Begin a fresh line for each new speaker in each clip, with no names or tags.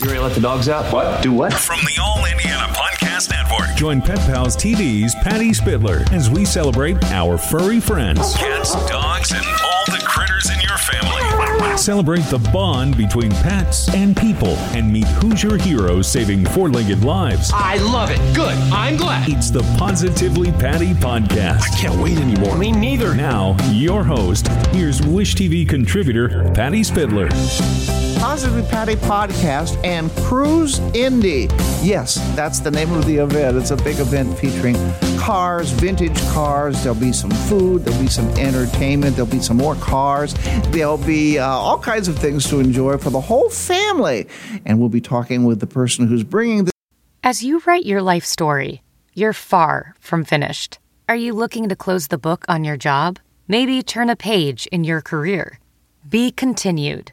You ready to let the dogs out?
What? Do what?
From the All Indiana Podcast Network.
Join Pet Pals TV's Patty Spittler as we celebrate our furry friends.
Cats, dogs, and all the critters in your family.
Celebrate the bond between pets and people and meet Hoosier heroes saving four legged lives.
I love it. Good. I'm glad.
It's the Positively Patty Podcast.
Can't wait anymore.
Me neither.
Now, your host, here's Wish TV contributor Patty Spittler.
Positive Patty Podcast and Cruise Indy. Yes, that's the name of the event. It's a big event featuring cars, vintage cars. There'll be some food, there'll be some entertainment, there'll be some more cars. There'll be uh, all kinds of things to enjoy for the whole family. And we'll be talking with the person who's bringing the
As you write your life story, you're far from finished. Are you looking to close the book on your job? Maybe turn a page in your career? Be continued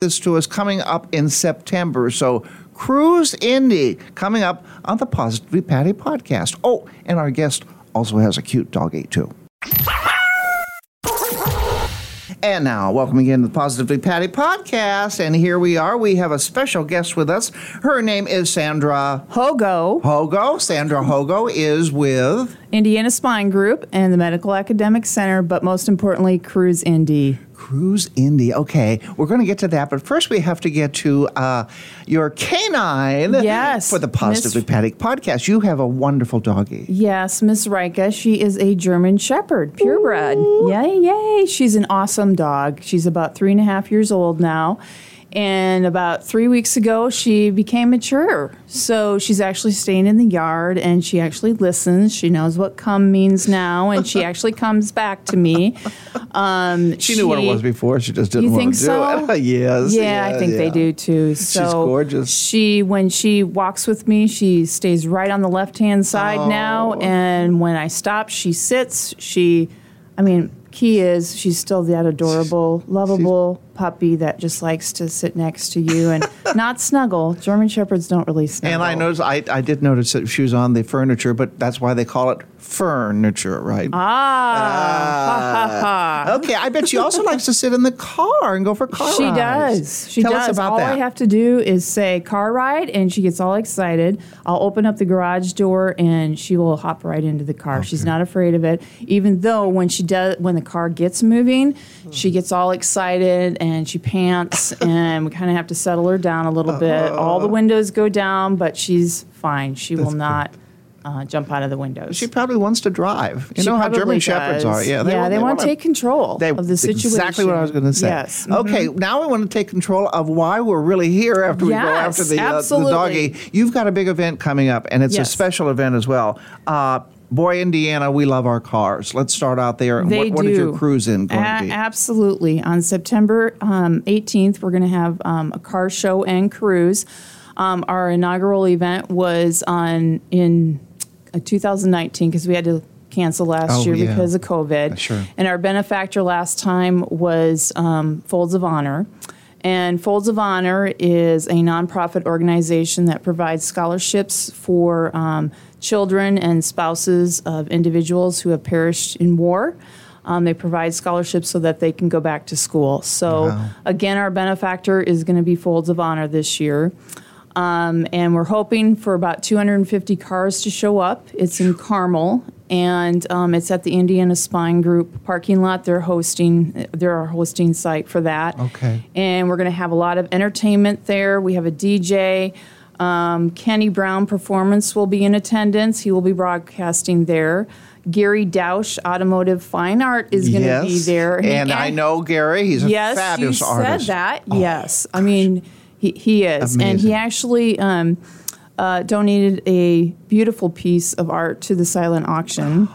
this to us coming up in September. So Cruise Indy coming up on the Positively Patty podcast. Oh, and our guest also has a cute doggy too. And now, welcome again to the Positively Patty podcast. And here we are. We have a special guest with us. Her name is Sandra
Pogo,
Hogo. Sandra Hogo is with
Indiana Spine Group, and the Medical Academic Center, but most importantly, Cruise Indy.
Cruise Indy. Okay, we're going to get to that, but first we have to get to uh, your canine.
Yes,
For the Positively
Miss-
Patty podcast, you have a wonderful doggy.
Yes, Miss Rika, she is a German Shepherd, purebred. Yay, yay. She's an awesome dog. She's about three and a half years old now. And about three weeks ago, she became mature. So she's actually staying in the yard and she actually listens. She knows what come means now and she actually comes back to me. Um,
She knew what it was before. She just didn't
you
want
think
to do
so?
it. yes.
Yeah,
yeah,
I think they
yeah.
do too. So
gorgeous.
She when she walks with me, she stays right on the left hand side
Oh.
now, and when I stop, she sits. She, I mean, key is she's still that adorable, lovable puppy that just likes to sit next to you and not snuggle. German shepherds don't really snuggle.
And I noticed, I, I did notice that she was on the furniture, but that's why they call it furniture, right?
Ah, ha, ha, ha.
Okay, I bet she also likes to sit in the car and go for car
She
rides.
does. She
Tell
does.
us about
all
that.
I have to do is say car ride, and she gets all excited. I'll open up the garage door, and she will hop right into the car. She's not afraid of it, even though when she does, when the car gets moving, she gets all excited and she pants, and we kind of have to settle her down a little bit.
Uh-huh.
All the windows go down, but she's fine. She will not uh, jump out of the windows.
she probably wants to drive. You
She
know how
probably
German shepherds
does.
are. Yeah,
Yeah, they wanna take control
They-
of the
Exactly what I was going to say. Oh,
situation. Yes, Mm-hmm.
Okay, now we want to take control of why we're really here after we go
Yes,
after the, uh, the
absolutely.
doggy. You've got a big event coming up, and it's a
Yes.
special event as well. Uh, Boy, Indiana, we love our cars. Let's start out there. And
They
what,
do.
what is your cruise in going
A-
to be?
Absolutely. On September um, 18th, we're going to have um, a car show and cruise. Um, our inaugural event was on in uh, 2019 because we had to cancel last
Oh,
year
yeah.
because of COVID.
Sure.
And our benefactor last time was um, Folds of Honor. And Folds of Honor is a nonprofit organization that provides scholarships for um, children and spouses of individuals who have perished in war. Um, they provide scholarships so that they can go back to school. So, again, our benefactor is going to be Folds of Honor this year. Um, and we're hoping for about 250 cars to show up. It's in Carmel, and um, it's at the Indiana Spine Group parking lot. They're hosting, they're our hosting site for that.
Okay.
And we're going to have a lot of entertainment there. We have a DJ. Um, Kenny Brown Performance will be in attendance. He will be broadcasting there. Gary Dausch Automotive Fine Art is going to
yes.
be there.
And, I know Gary. He's a
yes,
fabulous
you said
artist. Oh,
that. yes, I mean he, he is, and
Amazing.
he actually um, uh, donated a beautiful piece of art to the silent auction.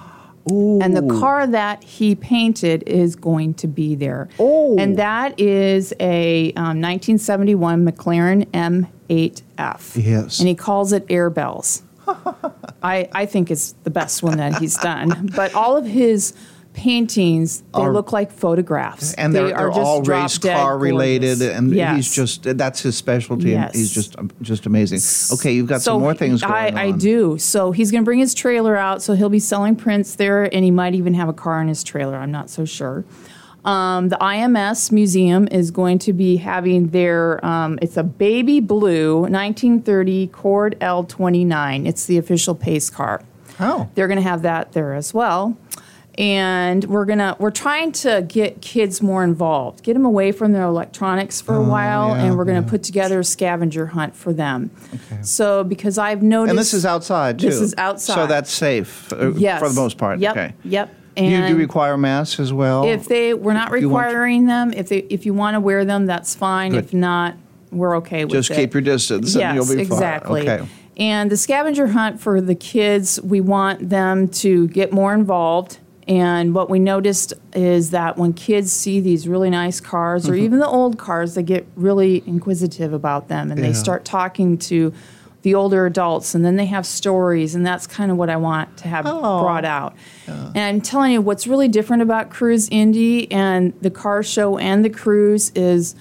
And the car that he painted is going to be there. Oh. And that is a um, 1971 McLaren M8F.
Yes.
And he calls it Airbells. I, I think it's the best one that he's done. But all of his paintings, they look like photographs.
and they're, they are all race
drop-dead
car related,
gorgeous.
and he's
Yes.
just that's his specialty. And he's
Yes.
just um, just amazing. Okay, you've got some more
he-
things going
I,
on.
I do. So he's going to bring his trailer out. So he'll be selling prints there, and he might even have a car in his trailer. I'm not so sure. Um, the IMS Museum is going to be having their, um, it's a baby blue 1930 Cord L29. It's the official pace car.
Oh.
They're going to have that there as well. And we're gonna we're trying to get kids more involved, get them away from their electronics for a
Oh,
while, and we're gonna put together a scavenger hunt for them. So because I've noticed
And this is outside too.
This is outside.
so that's safe uh,
yes.
for the most part.
Yep.
Okay.
Yep.
you do
And-
require masks as well.
if they we're not
If you want to-
requiring them if they if you want to wear them that's fine
Good.
if not we're okay with
Just
it.
keep your distance and
yes,
you'll be fine.
exactly
Okay.
and the scavenger hunt for the kids we want them to get more involved and what we noticed is that when kids see these really nice cars
Mm-hmm.
or even the old cars they get really inquisitive about them and they
Yeah.
start talking to the older adults and then they have stories and that's kind of what i want to have
Oh.
brought out and i'm telling you what's really different about cruise indy and the car show and the cruise is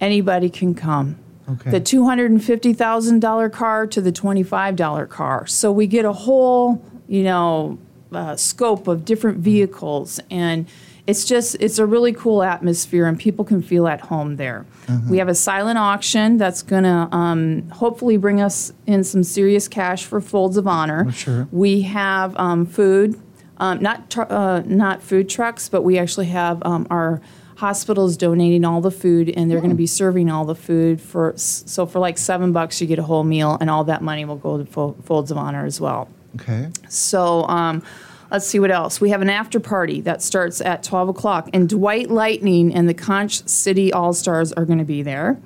anybody can come
Okay.
the $250000 car to the $25 car so we get a whole you know uh, scope of different vehicles and it's just it's a really cool atmosphere and people can feel at home there we have a silent auction that's going to um, hopefully bring us in some serious cash for folds of honor
sure.
we have um, food um, not tr- uh, not food trucks, but we actually have um, our hospitals donating all the food, and they're going to be serving all the food for. s- So for like seven bucks, you get a whole meal, and all that money will go to Fo- Folds of Honor as well.
okay.
So um, let's see what else. We have an after party that starts at 12 o'clock, and Dwight Lightning and the Conch City All Stars are going to be there.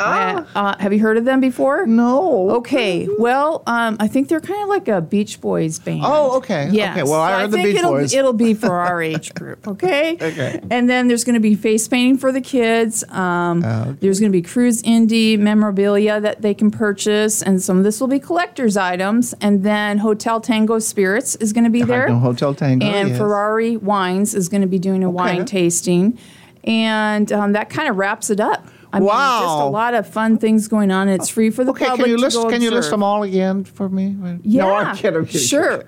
I- uh, have you heard of them before?
Ah. No.
Okay. Well, um, I think they're kind of like a Beach Boys band.
Oh, okay.
Yes.
Okay. Well, I heard the
think
Beach
it'll,
Boys.
It'll be for our age group. Okay.
Okay.
And then there's going to be face painting for the kids. Um, There's going to be cruise indie memorabilia that they can purchase, and some of this will be collectors' items. And then Hotel Tango Spirits is going to be there.
know Hotel Tango,
And
yes.
Ferrari Wines is going to be doing a wine tasting, and um, that kind of wraps it up. I mean, just a
Wow.
lot of fun things going on. It's free for the
Okay,
public.
can you
to
list
go
can you list
observe.
them all again for me?
Yeah,
No, I'm kidding. I'm kidding.
Sure.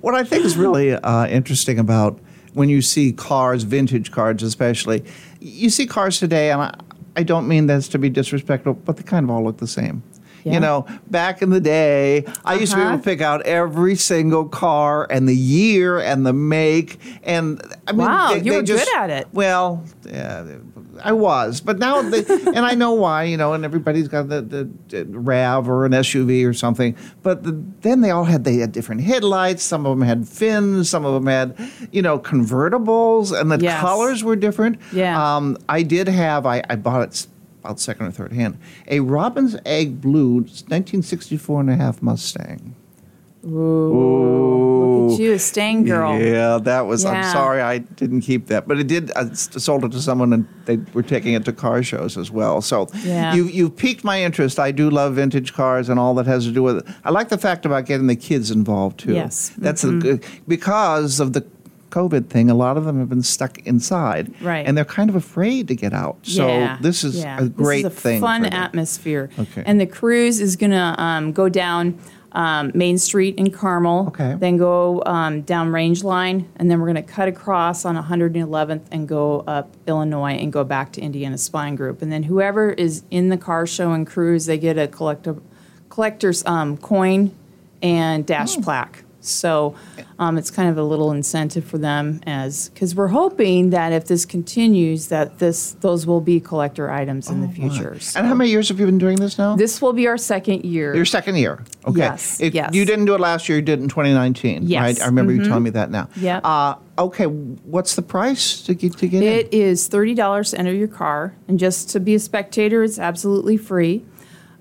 What I think is really uh, interesting about when you see cars, vintage cars especially, you see cars today, and I, I don't mean this to be disrespectful, but they kind of all look the same.
Yeah.
You know, back in the day, I used to be able to
Uh-huh.
pick out every single car and the year and the make. And I mean,
Wow,
they,
you
they
were good
just,
at it.
Well, yeah, I was, but now, they, and I know why, you know, and everybody's got the, the, the RAV or an SUV or something. But the, then they all had they had different headlights. Some of them had fins. Some of them had, you know, convertibles, and the
Yes.
colors were different.
Yeah.
Um, I did have. I, I bought it s- about second or third hand. A Robin's Egg Blue 1964 and a half Mustang.
Look at you, staying girl.
Yeah, that was. I'm
Yeah.
sorry, I didn't keep that, but it did. I s- sold it to someone, and they were taking it to car shows as well. So
Yeah.
you you piqued my interest. I do love vintage cars and all that has to do with it. I like the fact about getting the kids involved too.
Yes. Mm-hmm.
that's a good because of the. COVID thing, a lot of them have been stuck inside,
Right.
And they're kind of afraid to get out. So
Yeah,
this is
yeah.
a great
this is a
thing.
Fun
for them.
atmosphere.
Okay.
And the cruise is gonna um, go down um, Main Street in Carmel.
Okay.
Then go um, down Range Line, and then we're gonna cut across on 111th and go up Illinois and go back to Indiana Spine Group. And then whoever is in the car show
Hmm.
and cruise, they get a collector collector's um, coin and dash plaque. So um, it's kind of a little incentive for them as because we're hoping that if this continues, that this those will be collector items in the future. So
Oh, And how many years have you been doing this now?
this will be our second year.
Your second year. Okay.
Yes,
It-
yes.
You didn't do it last year, you did it in 2019.
Yes. Mm-hmm.
Right? I remember you telling me that now.
Yep.
Uh, okay, what's the price to get, to get in?
It is thirty dollars to enter your car, and just to be a spectator, it's absolutely free.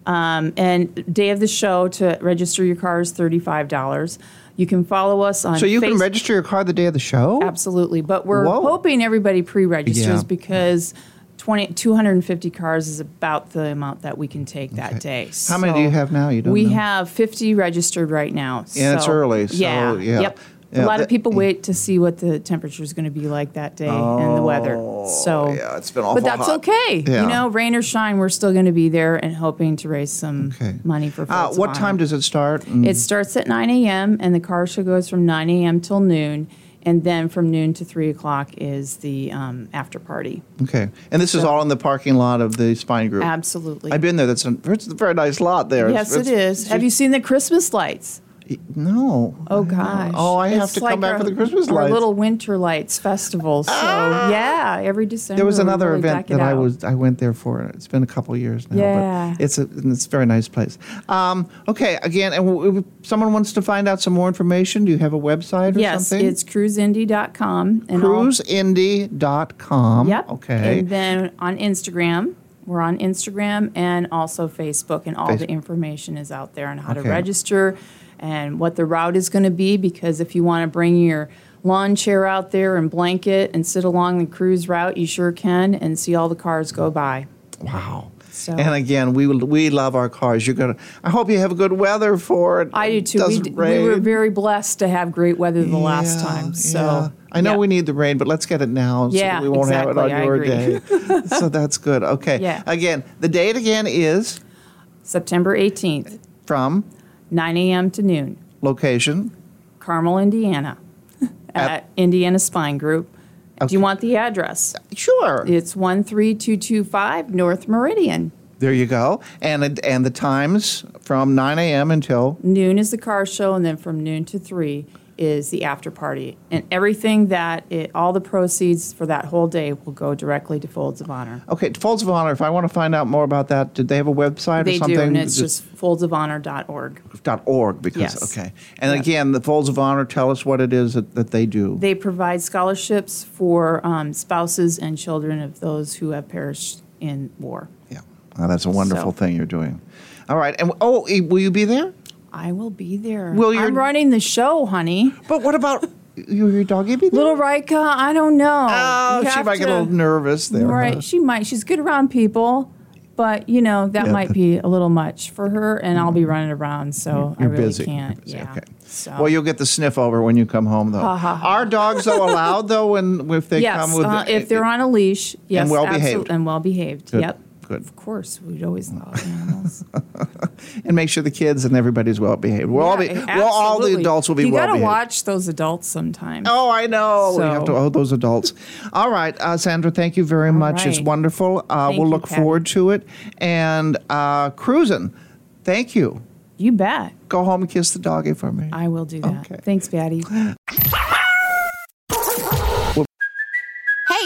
Um, and day of the show to register your car is thirty-five dollars. You can follow us on.
So you can
Face-
register your car the day of the show?
Absolutely, but we're
Whoa.
hoping everybody pre-registers
Yeah.
because 20, 250 cars is about the amount that we can take that day.
How many do you have now? You don't
We
know.
have fifty registered right now.
Yeah, it's
so-
early, so,
yeah.
yeah.
Yep.
Yeah,
a lot
that-
of people wait to see what the temperature is going to be like that day and the weather. So
Oh, yeah, it's been awful
But that's
hot.
okay.
Yeah.
You know, rain or shine, we're still going to be there and hoping to raise some
Okay.
money for.
Uh,
Folks
what
of
time
Honor.
does it start? Mm, And
It starts at 9 a.m. and the car show goes from 9 a.m. till noon, and then from noon to three o'clock is the um, after party.
Okay. And this is all in the parking lot of the Spine Group.
Absolutely.
I've been there. That's a, it's a very nice lot there.
yes, it is. Have you seen the Christmas lights?
No.
Oh gosh!
Oh, I have
It's
to come
like
back
our,
for the Christmas
our
lights. Ah!
little winter lights festival. So yeah, every December
There was
we
another
Oh, really
event
back it
that I
out.
was I went there for. It's been a couple years now.
Yeah.
But it's a it's a very nice place. Um, okay. Again, and w- if someone wants to find out some more information, do you have a website or
Yes,
something?
it's cruiseindy.com and all-
cruiseindy.com.
Yep.
Um, Okay.
And then on Instagram, we're on Instagram and also Facebook, and all
Facebook.
the information is out there on how
Okay.
to register and what the route is going to be. Because if you want to bring your lawn chair out there and blanket and sit along the cruise route, you sure can and see all the cars go by.
wow.
So-
And again, we will- we love our cars. You're gonna. I hope you have good weather for it.
I do
It
too. We,
doesn't
d- we were
rain.
very blessed to have great weather the last
Yeah,
time. So
yeah. I know
yeah.
we need the rain, but let's get it now so that
Yeah,
we won't have
exactly.
it
I
on your
agree.
day. so that's good. Okay.
Yeah.
Again, the date again is
September 18th,
from
9 a.m. to noon.
location.
Carmel, Indiana, at, Indiana Spine Group. Do you want the address?
Sure.
It's 13225 North Meridian.
There you go. And it- and the times from 9 a.m. until
Noon is the car show, and then from noon to 3 is the after party. And everything that it, all the proceeds for that whole day will go directly to Folds of Honor.
okay. Folds of Honor. If I want to find out more about that, did they have a website or
They
something?
do, and it's just foldsofhonor.org.
dot org because
Yes.
okay. And again, the Folds of Honor tell us what it is that, that they do.
They provide scholarships for um, spouses and children of those who have perished in war.
yeah. Oh, that's a wonderful
So-
thing you're doing. All right. And oh, eh, will you be there?
I will be there.
Will your-
I'm running the show, honey.
But what about your, your doggy? Be there?
Little Rika, I don't know.
Oh,
You
she
have
might get a
to-
little nervous there. huh?
Right, she might. She's good around people, but you know that
Yeah,
might
but-
be a little much for her. And I'll be running around, so I
You're
really
busy.
can't.
You're busy,
Yeah.
Okay.
So.
Well, you'll get the sniff over when you come home, though. Are dogs though allowed though when if they
yes,
come with
uh, if they're on a leash, yes,
well
absolute-
behaved.
and well behaved.
Good,
Yep.
good.
Of course, we'd always love animals.
and make sure the kids and everybody's well behaved. We'll all be,
Yeah,
well, all the
absolutely.
adults will be
You
well
gotta
behaved.
watch those adults sometimes.
Oh, I know. we have to
So-
owe those adults. All right, uh, Sandra, thank you very much. It's
right.
wonderful. Uh,
Thank
we'll
you,
look
Patty.
forward to it. And uh, cruising, thank you.
You bet.
Go home and kiss the doggy for me.
I will do that.
Okay.
Thanks, Patty.
Hey,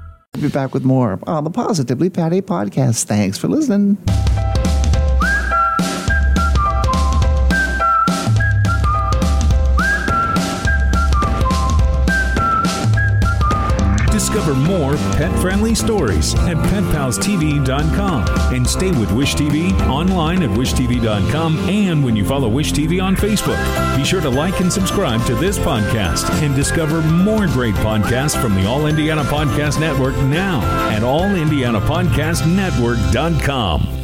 We'll be back with more on the Positively Patty podcast. Thanks for listening.
Discover more pet friendly stories at petpalstv.com and stay with Wish TV online at wishtv.com and when you follow Wish TV on Facebook. Be sure to like and subscribe to this podcast and discover more great podcasts from the All Indiana Podcast Network now at allindianapodcastnetwork.com.